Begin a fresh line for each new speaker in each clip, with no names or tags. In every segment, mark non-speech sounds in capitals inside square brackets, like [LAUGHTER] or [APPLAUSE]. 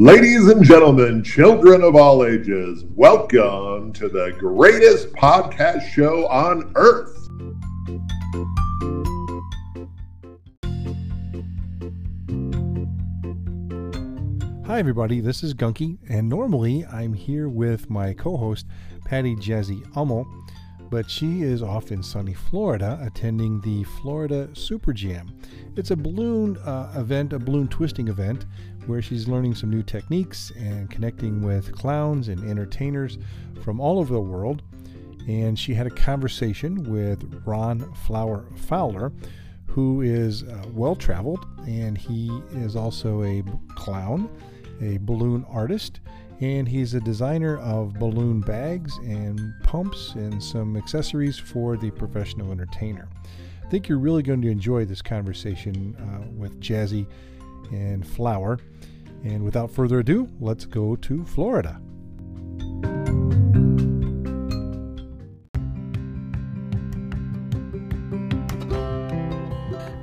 Ladies and gentlemen, children of all ages, welcome to the greatest podcast show on earth.
Hi, everybody. This is Gunky, and normally I'm here with my co host, Patty Jazzy Ummel, but she is off in sunny Florida attending the Florida Super Jam. It's a balloon uh, event, a balloon twisting event, where she's learning some new techniques and connecting with clowns and entertainers from all over the world. And she had a conversation with Ron Flower Fowler, who is uh, well traveled, and he is also a b- clown, a balloon artist, and he's a designer of balloon bags and pumps and some accessories for the professional entertainer. I think you're really going to enjoy this conversation uh, with Jazzy and Flower. And without further ado, let's go to Florida.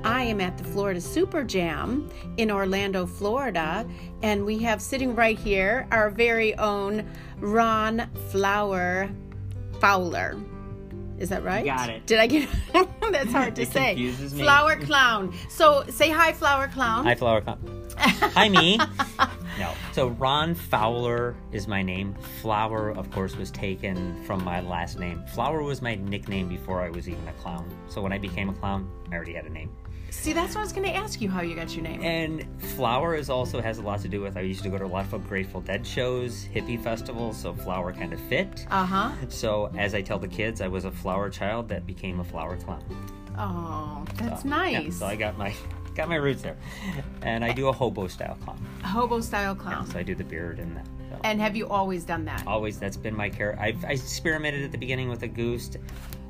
I am at the Florida Super Jam in Orlando, Florida, and we have sitting right here our very own Ron Flower Fowler. Is that right?
Got it.
Did I get [LAUGHS] That's hard to
It
say.
confuses me.
Flower Clown. So say hi, Flower Clown.
Hi, Flower Clown. Hi, me. No. So Ron Fowler is my name. Flower, of course, was taken from my last name. Flower was my nickname before I was even a clown. So when I became a clown, I already had a name.
See, that's what I was going to ask you how you got your name.
And flower is also has a lot to do with I used to go to a lot of Grateful Dead shows, hippie festivals, so flower kind of fit.
Uh huh.
So as I tell the kids, I was a flower child that became a flower clown.
Oh, that's
Yeah,
nice.
so I got my [LAUGHS] got my roots there, and I do a hobo style clown.
Hobo style clown.
So I do the beard and that. So.
And have you always done that?
always that's been my character. I've I experimented at the beginning with a goose.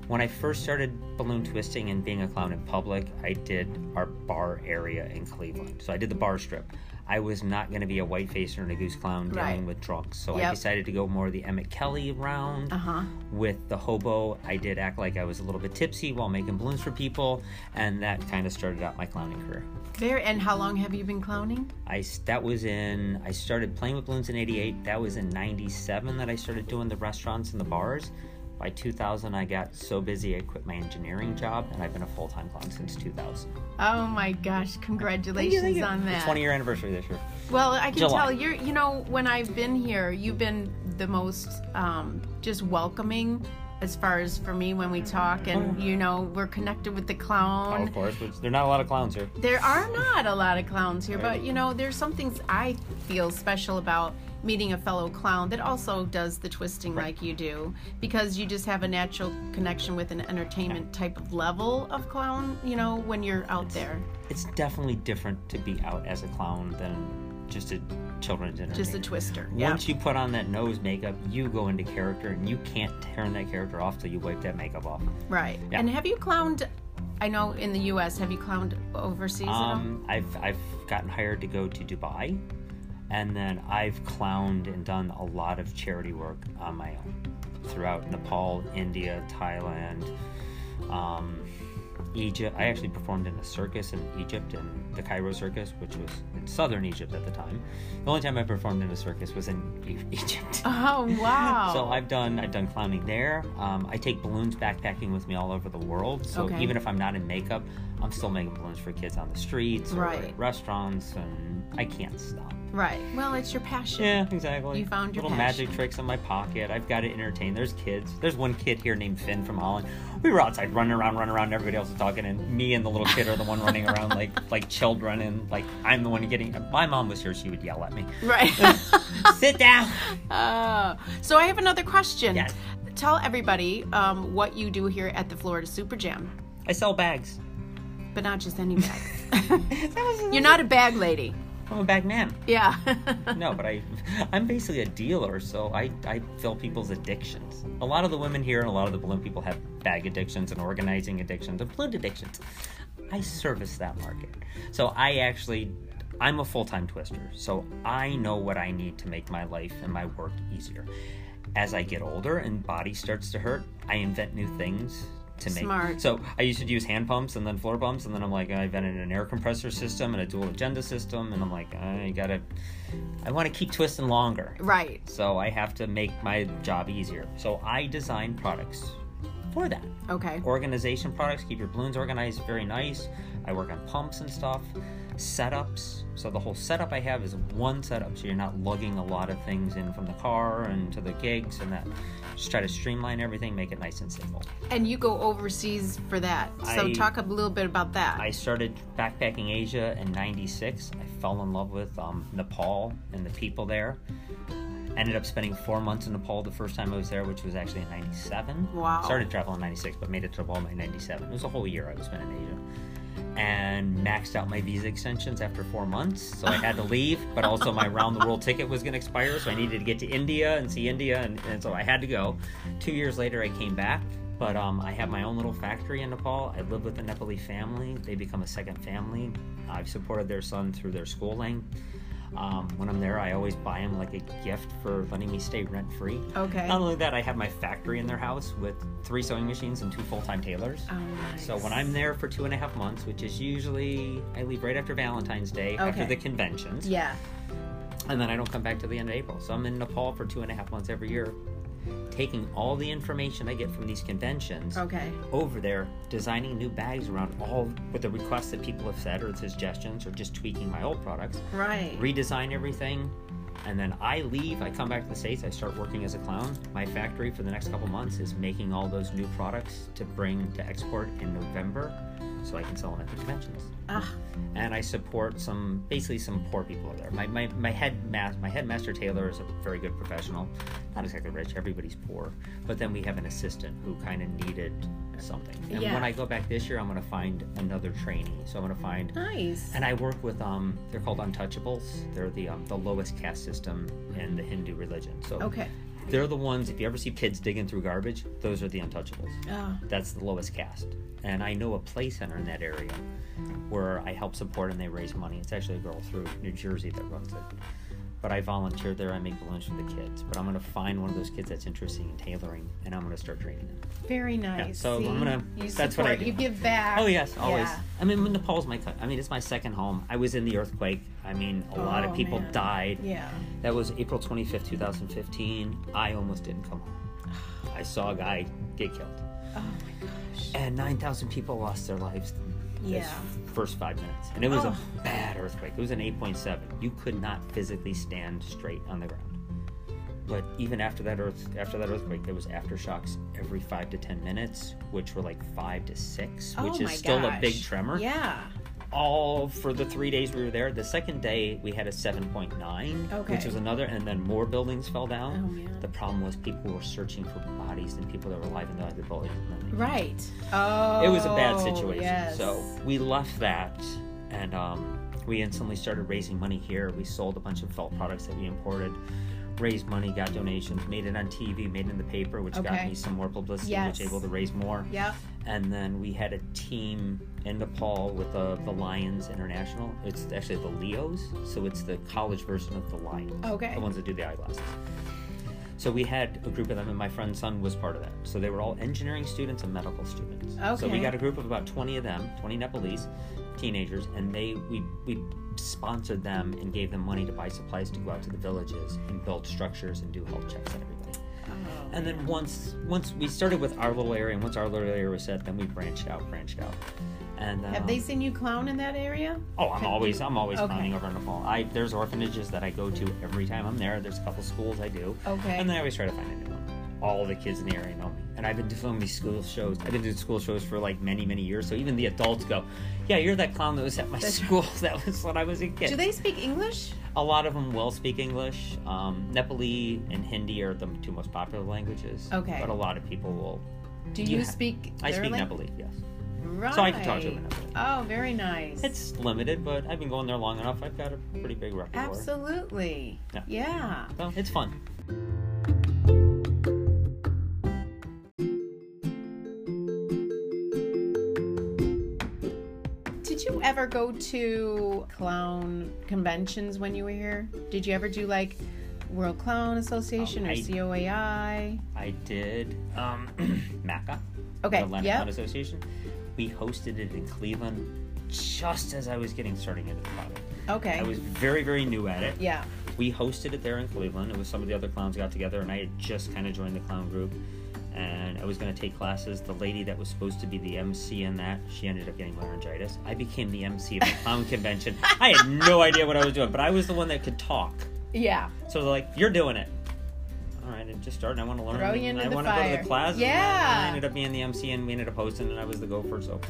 When I first started balloon twisting and being a clown in public, I did our bar area in Cleveland. So I did the bar strip. I was not going to be a white face or a goose clown dealing
Right.
with drunks, so I
Yep.
decided to go more the Emmett Kelly round
Uh huh.
with the hobo. I did act like I was a little bit tipsy while making balloons for people, and that kind of started out my clowning career.
There. And how long have you been clowning?
I s- that was in I started playing with balloons in '88. That was in '97 that I started doing the restaurants and the bars. By 2000, I got so busy I quit my engineering job, and I've been a full-time clown since 2000.
Oh my gosh! Congratulations on that.
20-year anniversary this year.
Well, I can
July.
tell you're. You know, when I've been here, you've been the most um, just welcoming. As far as for me, when we talk, and you know, we're connected with the
Oh,
clown.
of course, which there are not a lot of clowns here.
There are not a lot of clowns here, but you know, there's some things I feel special about meeting a fellow clown that also does the twisting like you do because you just have a natural connection with an entertainment type of level of clown, you know, when you're out there.
It's definitely different to be out as a clown than just a children's entertainer.
Just a twister. Yeah.
Once you put on that nose makeup, you go into character, and you can't turn that character off till you wipe that makeup off.
Right.
Yeah.
And have you clowned? I know in the U.S. Have you clowned overseas
Um, I've I've gotten hired to go to Dubai, and then I've clowned and done a lot of charity work on my own throughout Nepal, India, Thailand, um, Egypt. I actually performed in a circus in Egypt in the Cairo Circus, which was in southern Egypt at the time. The only time I performed in a circus was in E- [LAUGHS] Egypt.
at all? Oh wow.
[LAUGHS] So I've done I've done clowning there. Um, I take balloons backpacking with me all over the world. So
Okay.
even if I'm not in makeup, I'm still making balloons for kids on the streets or
Right.
at restaurants, and I can't stop.
right. Well, it's your passion.
Yeah, exactly.
You found your
little magic tricks in my pocket. I've got to entertain. There's kids. There's one kid here named Finn from Holland. We were outside running around, running around. Everybody else was talking, and me and the little kid are the one running around like
[LAUGHS]
like children, and like I'm the one getting. If my mom was here, she would yell at
[LAUGHS]
me,
Right.
"Sit down."
uh, so I have another question.
Yes.
Tell everybody um, what you do here at the Florida Super Jam,
I sell bags.
but not just any bags. [LAUGHS] You're not a bag lady.
I'm a bag man.
Yeah.
[LAUGHS] no, but I, I'm basically a dealer, so I, I fill people's addictions. A lot of the women here and a lot of the balloon people have bag addictions and organizing addictions and balloon addictions. I service that market. So I actually, I'm a full time twister, so I know what I need to make my life and my work easier. As I get older and body starts to hurt, I invent new things to make.
Smart.
So I used to use hand pumps and then floor pumps, and then I'm like, I invented an air compressor system and a dual agenda system, and I'm like, I gotta, I want to keep twisting longer.
[LAUGHS] Right.
So I have to make my job easier. So I design products for that.
Okay.
Organization products, keep your balloons organized, very nice. I work on pumps and stuff, setups. So the whole setup I have is one setup, so you're not lugging a lot of things in from the car and to the gigs and that. Just try to streamline everything, make it nice and simple.
And you go overseas for that. So
I-
talk a little bit about that.
I started backpacking Asia in '96. I fell in love with um, Nepal and the people there. Ended up spending four months in Nepal the first time I was there, which was actually in '97.
Wow.
Started traveling in '96, but made it to Nepal in '97. It was a whole year I was spent in Asia. And maxed out my visa extensions after four months, so I had to leave. But also, my round the world ticket was going to expire, so I needed to get to India and see India, and, and so I had to go. Two years later, I came back, but um, I have my own little factory in Nepal. I live with a Nepali family. They become a second family. I've supported their son through their schooling. Um, when I'm there, I always buy him like a gift for letting me stay rent free.
Okay.
Not only that, I have my factory in their house with three sewing machines and two full time tailors.
Oh, nice.
So when I'm there for two and a half months, which is usually I leave right after Valentine's Day, after
Okay.
the conventions,
Yeah.
and then I don't come back till the end of April. So I'm in Nepal for two and a half months every year, taking all the information I get from these conventions
Okay.
over there, designing new bags around all with the requests that people have said or suggestions or just tweaking my old products,
Right.
redesign everything. And then I leave, I come back to the States, I start working as a clown. My factory for the next couple months is making all those new products to bring to export in November so I can sell them at the conventions
Ah,
and I support some basically some poor people over there. My my, my head ma- my headmaster Taylor is a very good professional, not exactly rich. Everybody's poor, but then we have an assistant who kind of needed something. And
Yeah.
when I go back this year, I'm going to find another trainee. So I'm going to find
nice.
and I work with um they're called untouchables. They're the um, the lowest caste system in the Hindu religion. So
Okay.
they're the ones if you ever see kids digging through garbage, those are the untouchables
Oh,
that's the lowest caste. And I know a play center in that area where I help support and they raise money. It's actually a girl through New Jersey that runs it. But I volunteer there. I make balloons for the kids. But I'm going to find one of those kids that's interested in tailoring, and I'm going to start training them.
very nice.
so I'm
See?
gonna-
You
that's what I
support-
do.
You give back.
Oh yes, always.
Yeah.
I mean, Nepal's my. co- I mean, it's my second home. I was in the earthquake. I mean, a lot
Oh,
of people
man.
died.
Yeah.
That was April 25th, 2015. I almost didn't come home. [SIGHS] I saw a guy get killed.
Oh my gosh.
and 9,000 people lost their lives in those
Yeah.
first five minutes. And it was
Oh.
a bad earthquake. It was an 8.7. You could not physically stand straight on the ground. But even after that earth, after that earthquake, there was aftershocks every five to ten minutes, which were like five to six,
Oh
which
my
is still a big
gosh.
tremor.
Yeah.
All for the three days we were there. The second day we had a seven point nine,
Okay.
which was another, and then more buildings fell down.
Oh, man.
The problem was people were searching for bodies and people that were alive in the other buildings. and then they
Right. Oh.
it was a bad situation.
yes.
So we left that, and um, we instantly started raising money here. We sold a bunch of felt products that we imported, raised money, got donations, made it on TV, made it in the paper, which
Okay.
got me some more publicity,
Yes.
which able to raise more.
Yeah.
And then we had a team in Nepal with the, the Lions International. It's actually the Leos, so it's the college version of the Lions
Okay.
the ones that do the eyeglasses. So we had a group of them, and my friend's son was part of that. So they were all engineering students and medical students. So
Okay.
we got a group of about 20 of them, 20 Nepalese teenagers, and they we we sponsored them and gave them money to buy supplies to go out to the villages and build structures and do health checks on everybody.
Oh.
And then once once we started with our little area, and once our little area was set, then we branched out, branched out. And um,
Have they seen you clown in that area?
Oh, I'm always I'm always
Okay.
climbing over in the fall. I there's orphanages that I go to every time I'm there. There's a couple schools I do.
Okay.
And then I always try to find a new one. All the kids in the area know me. And I've been doing these school shows. I've been doing school shows for like many, many years. So even the adults go, Yeah, you're that clown that was at my
That's-
school. [LAUGHS] That was when I was a kid.
Do they speak English?
a lot of them will speak English. Um, Nepali and Hindi are the two most popular languages.
Okay.
But a lot of people will.
Do you
Yeah.
speak?
I
their
speak
lang-
Nepali, yes.
Right.
So I can talk to them in Nepali.
Oh, very nice.
It's limited, but I've been going there long enough. I've got a pretty big repertoire.
Absolutely.
Yeah.
yeah.
So it's fun.
Did you ever go to clown conventions when you were here? Did you ever do like World
Oh,
Clown Association
Um,
or
I-
COAI?
[CLEARS THROAT] I did um, Maca.
Okay,
the Atlantic
yep.
Clown Association. We hosted it in Cleveland just as I was getting started into the product.
Okay.
I was very, very new at it.
yeah.
We hosted it there in Cleveland. It was some of the other clowns got together, and I had just kind of joined the clown group. And I was going to take classes. The lady that was supposed to be the MC in that, she ended up getting laryngitis. I became the MC of the clown convention. I had no idea what I was doing, but I was the one that could talk.
Yeah.
So they're like, "You're doing it." All right, I'm just starting. I want to learn.
Throw
and
you into
I
the
want to go to
fire.
the classes. and I-
Yeah.
I ended up being the MC, and we ended up hosting, and I was the gopher. So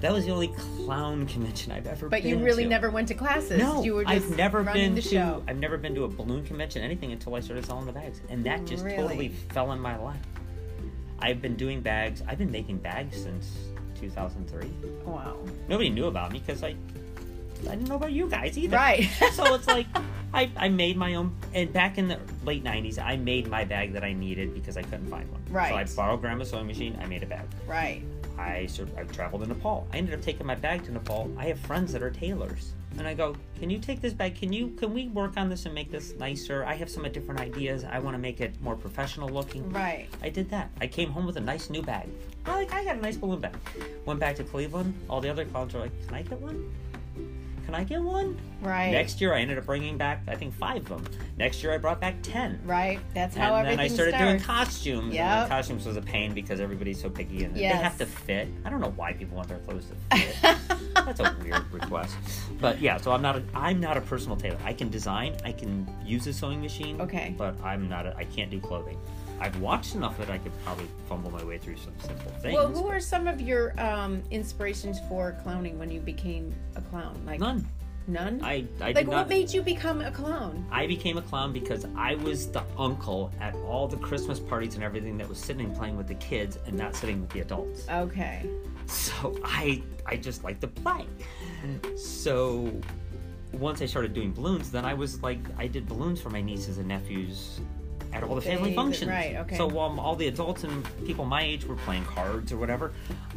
that was the only clown convention I've ever.
But you
been
really
to.
never went to classes.
No,
you were just
I've never
running
been
the
to.
show.
I've never been to a balloon convention, anything until I started selling the bags, and that just
Really?
totally fell in my lap. I've been doing bags. I've been making bags since 2003.
Wow.
[LAUGHS] Nobody knew about me because I, I didn't know about you guys either.
Right.
[LAUGHS] so it's like I, I made my own and back in the late 90s i made my bag that i needed because i couldn't find one so i
Right.
borrowed grandma's sewing machine i made a bag
[LAUGHS] Right.
i sort i traveled to nepal i ended up taking my bag to nepal i have friends that are tailors and i go can you take this bag can you can we work on this and make this nicer i have some different ideas i want to make it more professional looking
Right.
I did that. I came home with a nice new bag. I like I got a nice balloon bag. Went back to Cleveland. All the other clowns were like, "Can I get one? Can I get one?"
Right.
Next year, I ended up bringing back I think five of them. Next year, I brought back ten.
Right. That's how
And then
everything
I started doing
starts.
costumes. and the
Yep.
costumes was a pain because everybody's so picky and they
Yes.
have to fit. I don't know why people want their clothes
[LAUGHS]
to fit. That's a weird request. But yeah, so I'm not a I'm not a personal tailor. I can design. I can use a sewing machine.
Okay.
But I'm not. A, I can't do clothing. I've watched enough that I could probably fumble my way through some simple things.
well, who
but
were some of your um, inspirations for clowning when you became a clown? Like
none?
None.
I I
like
did
what
not.
made you become a clown?
I became a clown because I was the uncle at all the Christmas parties and everything that was sitting playing with the kids and not sitting with the adults.
Okay.
So I I just like to play. So once I started doing balloons, then I was like I did balloons for my nieces and nephews at all the family
Days,
functions.
right, okay.
So while all the adults and people my age were playing cards or whatever,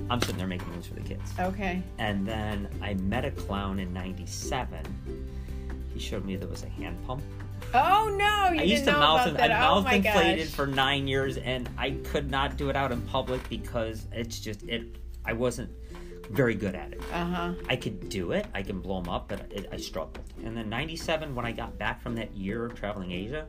I'm sitting there making balloons for the kids.
Okay.
And then I met a clown in '97. He showed me there was a hand pump.
Oh no, you
I
didn't
used to
know
mouth,
about
I
that. oh
mouth
my
inflated
gosh.
for nine years, and I could not do it out in public because it's just it. I wasn't very good at it.
Uh huh.
I could do it. I can blow them up, but it, I struggled. And then '97, when I got back from that year of traveling Asia,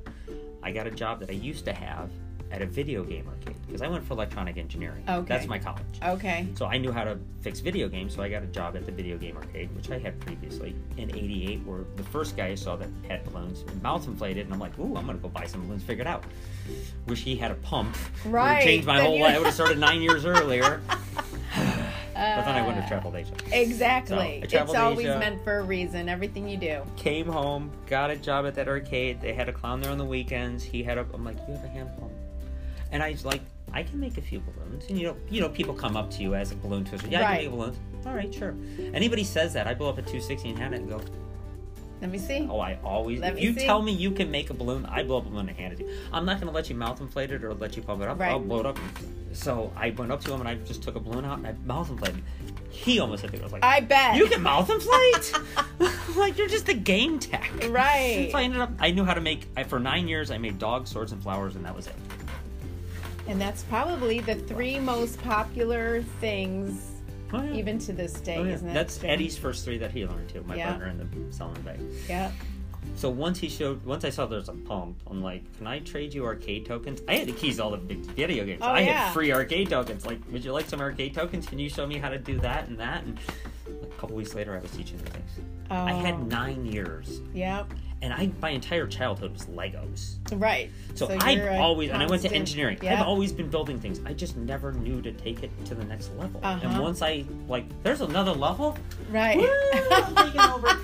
I got a job that I used to have at a video game arcade because I went for electronic engineering.
Okay.
that's my college.
Okay.
So I knew how to fix video games, so I got a job at the video game arcade, which I had previously in '88, where the first guy I saw that had balloons and mouth inflated, and I'm like, "Ooh, I'm gonna go buy some balloons, figure it out." Wish he had a pump. It would've
Right,
Changed my
then
whole
you-
life. I would have started nine years earlier,
[LAUGHS]
but then I wouldn't have
Uh,
traveled Asia. So, I
Exactly. it's
traveled to
always
Asia.
meant for a reason. Everything you do.
Came home, got a job at that arcade. They had a clown there on the weekends. He had a. I'm like, "You have a hand pump," and I was like. I can make a few balloons, and you know, you know, people come up to you as a balloon twister. Yeah, I
Right.
can make balloons. All right, sure. Anybody says that, I blow up a 260 and hand it and go,
Let me see.
Oh, I always.
Let
if
me
you
see.
tell me you can make a balloon, I blow up a balloon and hand it to you. I'm not going to let you mouth inflate it or let you pump it up.
Right.
I'll blow it up. So I went up to him and I just took a balloon out and I mouth inflated. it. He almost hit me. I was like,
I bet.
You can mouth inflate? [LAUGHS] like you're just a game tech.
Right.
So I ended up. I knew how to make. I, for nine years, I made dogs, swords, and flowers, and that was it.
And that's probably the three most popular things,
Oh, yeah.
even to this day,
Oh, yeah.
isn't it?
That's Eddie's first three that he learned too. My
Yeah.
partner in the selling bag.
Yeah.
So once he showed, once I saw there's a pump, I'm like, can I trade you arcade tokens? I had the keys to all the big video games.
Oh,
I
yeah.
had free arcade tokens. Like, would you like some arcade tokens? Can you show me how to do that and that? And a couple weeks later, I was teaching the things.
Oh,
I had nine years,
Yeah.
and I my entire childhood was Legos.
Right.
So,
you're
I
a
always, and I went to
constant-
engineering.
Yeah.
I've always been building things. I just never knew to take it to the next level. And
Uh-huh.
once I like, there's
[LAUGHS]
another level.
Right.
Woo, I'm taking over.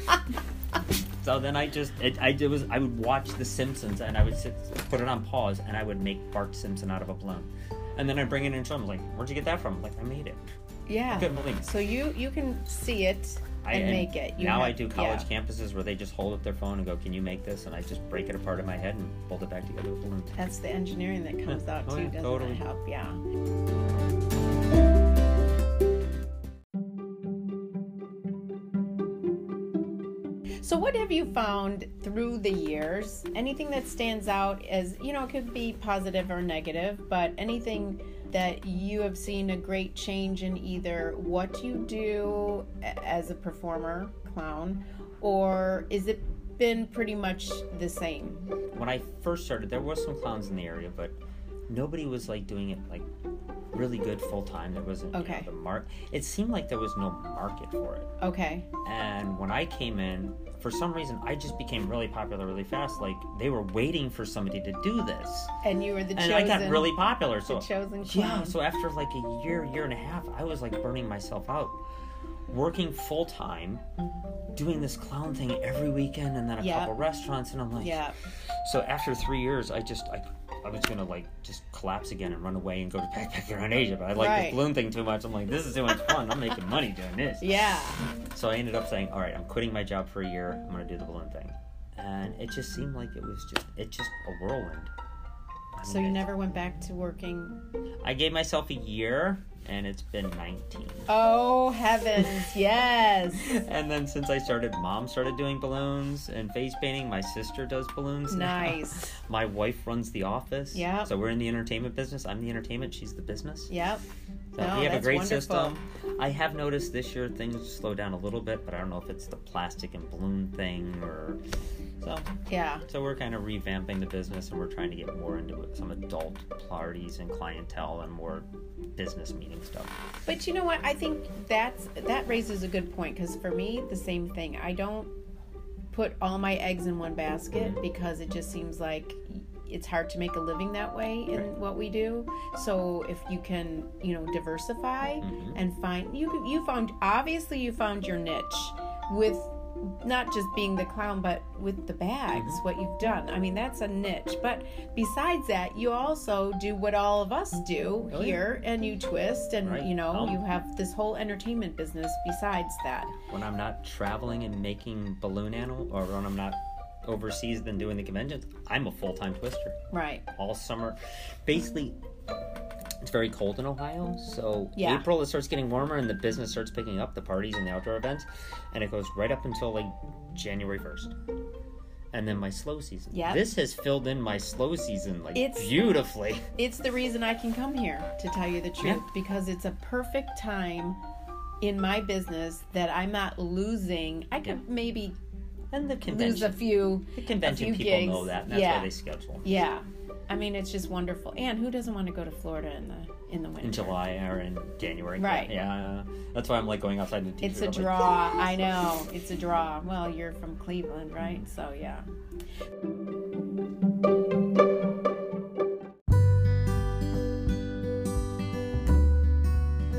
so then I just it, I did was I would watch The Simpsons and I would sit, put it on pause and I would make Bart Simpson out of a balloon, and then I would bring it in. I'm like, where'd you get that from? I'm like I made it. I
yeah.
couldn't believe. It.
Uh-huh. So you you can see it
I
and
and
make it. You
now I
have-
do college
yeah.
campuses where they just hold up their phone and go, "Can you make this?" And I just break it apart in my head and fold it back together with a balloon.
That's the engineering that comes
Yeah.
out
Oh,
too.
yeah,
Doesn't
totally.
that help? Yeah. So, what have you found through the years? Anything that stands out as, you know, it could be positive or negative, but anything that you have seen a great change in either what you do a- as a performer, clown, or is it been pretty much the same?
when I first started, there was some clowns in the area, but nobody was like doing it like really good full time. There wasn't you know,
Okay.
the mark. It seemed like there was no market for it.
Okay.
And when I came in, for some reason, I just became really popular really fast. Like they were waiting for somebody to do this,
And you were the
and
chosen.
I got really popular. So
the chosen
yeah,
clown.
so after like a year, year and a half, I was like burning myself out, working full time,
Mm-hmm.
doing this clown thing every weekend, and then a
Yeah.
couple restaurants, and I'm like,
yeah.
so after three years, I just I, I was gonna like just collapse again and run away and go to backpack around Asia, but I like
Right.
the balloon thing too much. I'm like, this is too much fun. I'm making money doing this.
Yeah.
So I ended up saying, all right, I'm quitting my job for a year. I'm gonna do the balloon thing, and it just seemed like it was just it just a whirlwind. I
So
mean,
you
it-
never went back to working.
I gave myself a year, and it's been 19.
Oh
[LAUGHS]
heavens, yes.
And then since I started, mom started doing balloons and face painting. My sister does balloons. now.
Nice.
My wife runs the office.
Yeah.
So we're in the entertainment business. I'm the entertainment. She's the business.
Yep.
So
No,
we have a
that's
great
wonderful.
system. I have noticed this year things slow down a little bit, but I don't know if it's the plastic and balloon thing or so.
Yeah.
So we're kind of revamping the business, and we're trying to get more into it, some adult parties and clientele, and more business meeting stuff.
But you know what? I think that's that raises a good point because for me, the same thing. I don't put all my eggs in one
Mm-hmm.
basket because it just seems like it's hard to make a living that way in
Right.
what we do. So if you can, you know, diversify
Mm-hmm.
and find you you found obviously you found your niche with not just being the clown but with the bags
Mm-hmm.
what you've done i mean that's a niche but besides that you also do what all of us do
Oh, yeah.
here and you twist and
Right.
you know
Um,
you have this whole entertainment business besides that
When I'm not traveling and making balloon animal, or when I'm not overseas than doing the conventions, I'm a full time twister.
right
all summer. Basically, it's very cold in Ohio, so
Yeah.
April it starts getting warmer and the business starts picking up, the parties and the outdoor events, and it goes right up until like January first, and then my slow season.
Yep.
this has filled in my slow season like
It's-
beautifully.
it's the reason i can come here to tell you the truth
Yeah.
because it's a perfect time in my business that i'm not losing i could maybe
And the
lose a
convention,
few
the convention
a few
people know
gigs.
that, and that's
Yeah.
why they schedule
Yeah, I mean it's just wonderful. And who doesn't want to go to Florida in the in the winter?
in July or in January.
Right.
Yeah, that's why I'm like going outside in a t-shirt.
It's a
I'm like,
draw. I know it's a draw. Well, you're from Cleveland, right? So yeah.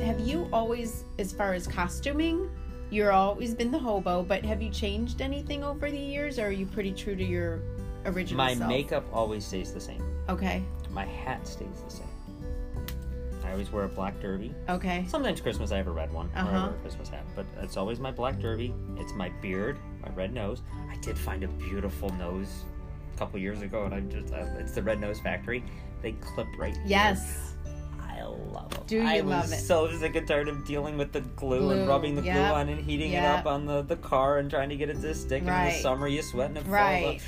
Have you always, as far as costuming, you're always been the hobo? But have you changed anything over the years, or are you pretty true to your original
my
self?
makeup always stays the same.
Okay.
My hat stays the same. I always wear a black derby.
Okay.
Sometimes Christmas I have a red one or I
Uh-huh.
wear a Christmas hat, but it's always my black derby. It's my beard, my red nose. I did find a beautiful nose a couple years ago, and I just I, it's the Red Nose Factory. They clip right. here.
Yes.
I love them.
Do you
I
love
was
it?
so sick and tired of dealing with the glue,
Glue,
and rubbing the
yep,
glue on and heating it
yep.
up on the, the car and trying to get it to stick. And in
Right.
the summer you sweat and it falls
Right.
off.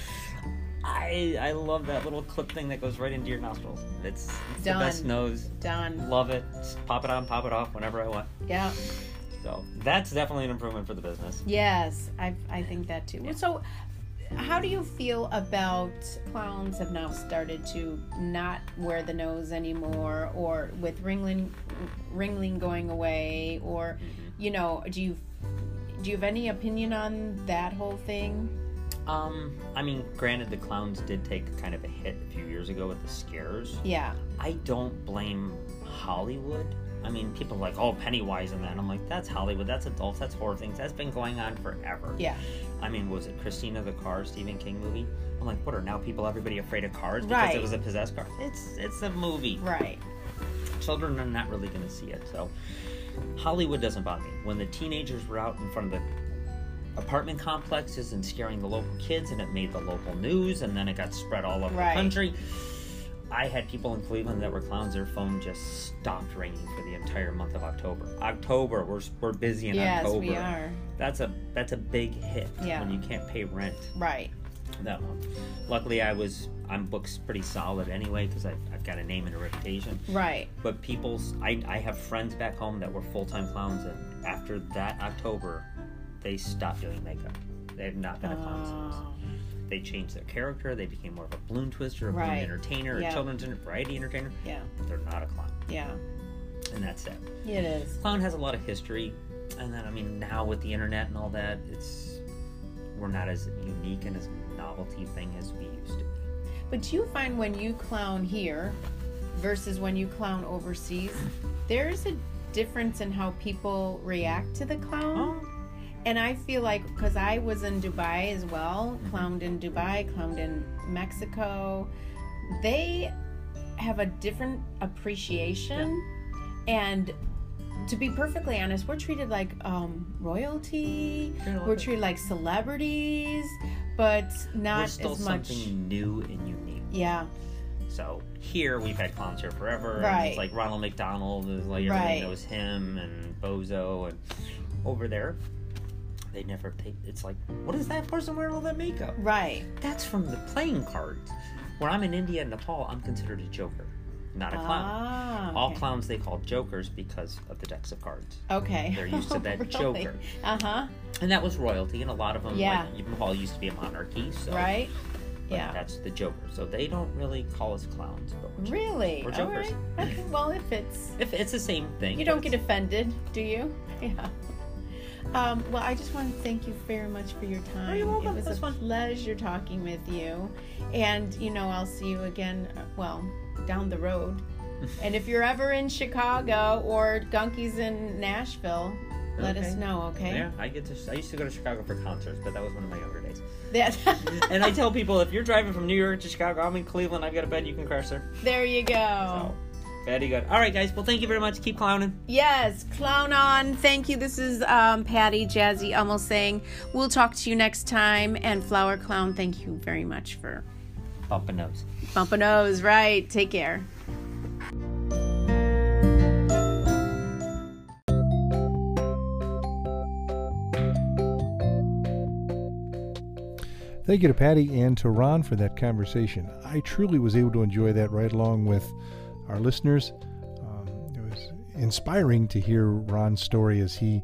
I I love that little clip thing that goes right into your nostrils. It's, it's the
Done.
best nose.
Done.
Love it. Just pop it on, pop it off whenever I want.
Yeah.
So that's definitely an improvement for the business.
Yes, I, I think that too. So, how do you feel about clowns have now started to not wear the nose anymore, or with Ringling, Ringling going away, or
Mm-hmm.
you know, do you do you have any opinion on that whole thing?
Um, I mean, granted, the clowns did take kind of a hit a few years ago with the scares.
Yeah,
I don't blame Hollywood. I mean, people are like, oh, Pennywise and that. I'm like, that's Hollywood. That's adults. That's horror things. That's been going on forever.
yeah,
I mean, was it Christina the Car Stephen King movie? I'm like, what are now people everybody afraid of cars because
Right.
it was a possessed car? It's it's a movie.
right.
children are not really going to see it. So Hollywood doesn't bother me. When the teenagers were out in front of the apartment complexes and scaring the local kids, and it made the local news, and then it got spread all over
Right.
the country. I had people in Cleveland that were clowns. Their phone just stopped ringing for the entire month of October. October, we're, we're busy in
yes,
October.
we are.
That's a that's a big hit
Yeah.
when you can't pay rent.
Right.
that one. Luckily, I was I'm books pretty solid anyway because I've, I've got a name and a reputation.
Right.
But people's I I have friends back home that were full time clowns, and after that October, they stopped doing makeup. They have not been a clown since.
Oh,
They changed their character. They became more of a balloon twister, a
Right.
balloon entertainer,
Yeah.
a children's enter- variety entertainer.
yeah.
They're not a clown,
Yeah.
and that's it.
It is.
Clown has a lot of history, and then I mean now with the internet and all that, it's we're not as unique and as novelty thing as we used to. be.
But do you find when you clown here versus when you clown overseas, there's a difference in how people react to the clown.
Oh.
And I feel like because I was in Dubai as well, clowned in Dubai, clowned in Mexico, they have a different appreciation. And to be perfectly honest, we're treated like um, royalty,
Kinda like
we're
it.
treated like celebrities, but not
we're still
as much.
something new and unique.
Yeah,
So here we've had clowns here forever. and
Right.
It's like Ronald McDonald, is like everybody
Right.
knows him and Bozo and over there. They never take it's like, what is that person wearing all that makeup?
right.
That's from the playing cards. When I'm in India and Nepal, I'm considered a joker, not a clown.
Ah,
All
okay.
clowns they call jokers because of the decks of cards.
Okay. Oh,
They're
[LAUGHS]
used to that joker.
Uh huh.
And that was royalty, and a lot of them,
Yeah.
like Nepal used to be a monarchy, so
Right.
But
yeah.
That's the Joker. So they don't really call us clowns, but we're jokers.
Really?
We're
All
jokers.
right. Okay. Well, if it's
If it's the same thing.
you
but
don't get
it's-
offended, do you? [LAUGHS] Yeah. Um, well, I just want to thank you very much for your time.
Oh, you're welcome.
It was
This
a
one-
pleasure talking with you, and you know I'll see you again. uh, Well, down the
[LAUGHS]
road, and if you're ever in Chicago or Gunky's in Nashville, let us
Okay.
know. Okay.
Yeah, I get to. I used to go to Chicago for concerts, but that was one of my younger days.
[LAUGHS] That-
And I tell people if you're driving from New York to Chicago, I'm in Cleveland. I've got a bed you can crash there.
there you go.
So, very good. All right, guys. Well, thank you very much. Keep clowning.
Yes, clown on. Thank you. This is um, Patty Jazzy almost saying we'll talk to you next time. And Flower Clown, thank you very much for
Bump a nose.
bumping nose. Right. Take care.
Thank you to Patty and to Ron for that conversation. I truly was able to enjoy that right along with our listeners. Um, it was inspiring to hear Ron's story as he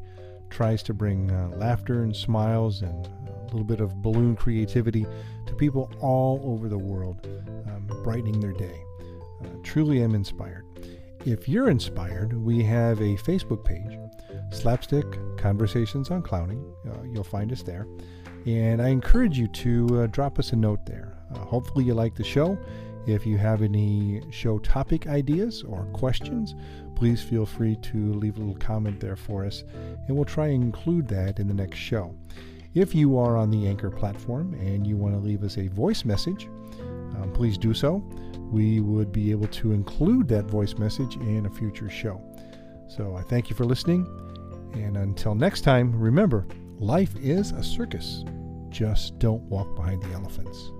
tries to bring uh, laughter and smiles and a little bit of balloon creativity to people all over the world, um, brightening their day. Uh, truly am inspired. If you're inspired, we have a Facebook page, Slapstick Conversations on Clowning. Uh, you'll find us there. And I encourage you to uh, drop us a note there. Uh, hopefully, you like the show. If you have any show topic ideas or questions, please feel free to leave a little comment there for us, and we'll try and include that in the next show. If you are on the Anchor platform and you want to leave us a voice message, um, please do so. We would be able to include that voice message in a future show. So I thank you for listening. And until next time, remember life is a circus. Just don't walk behind the elephants.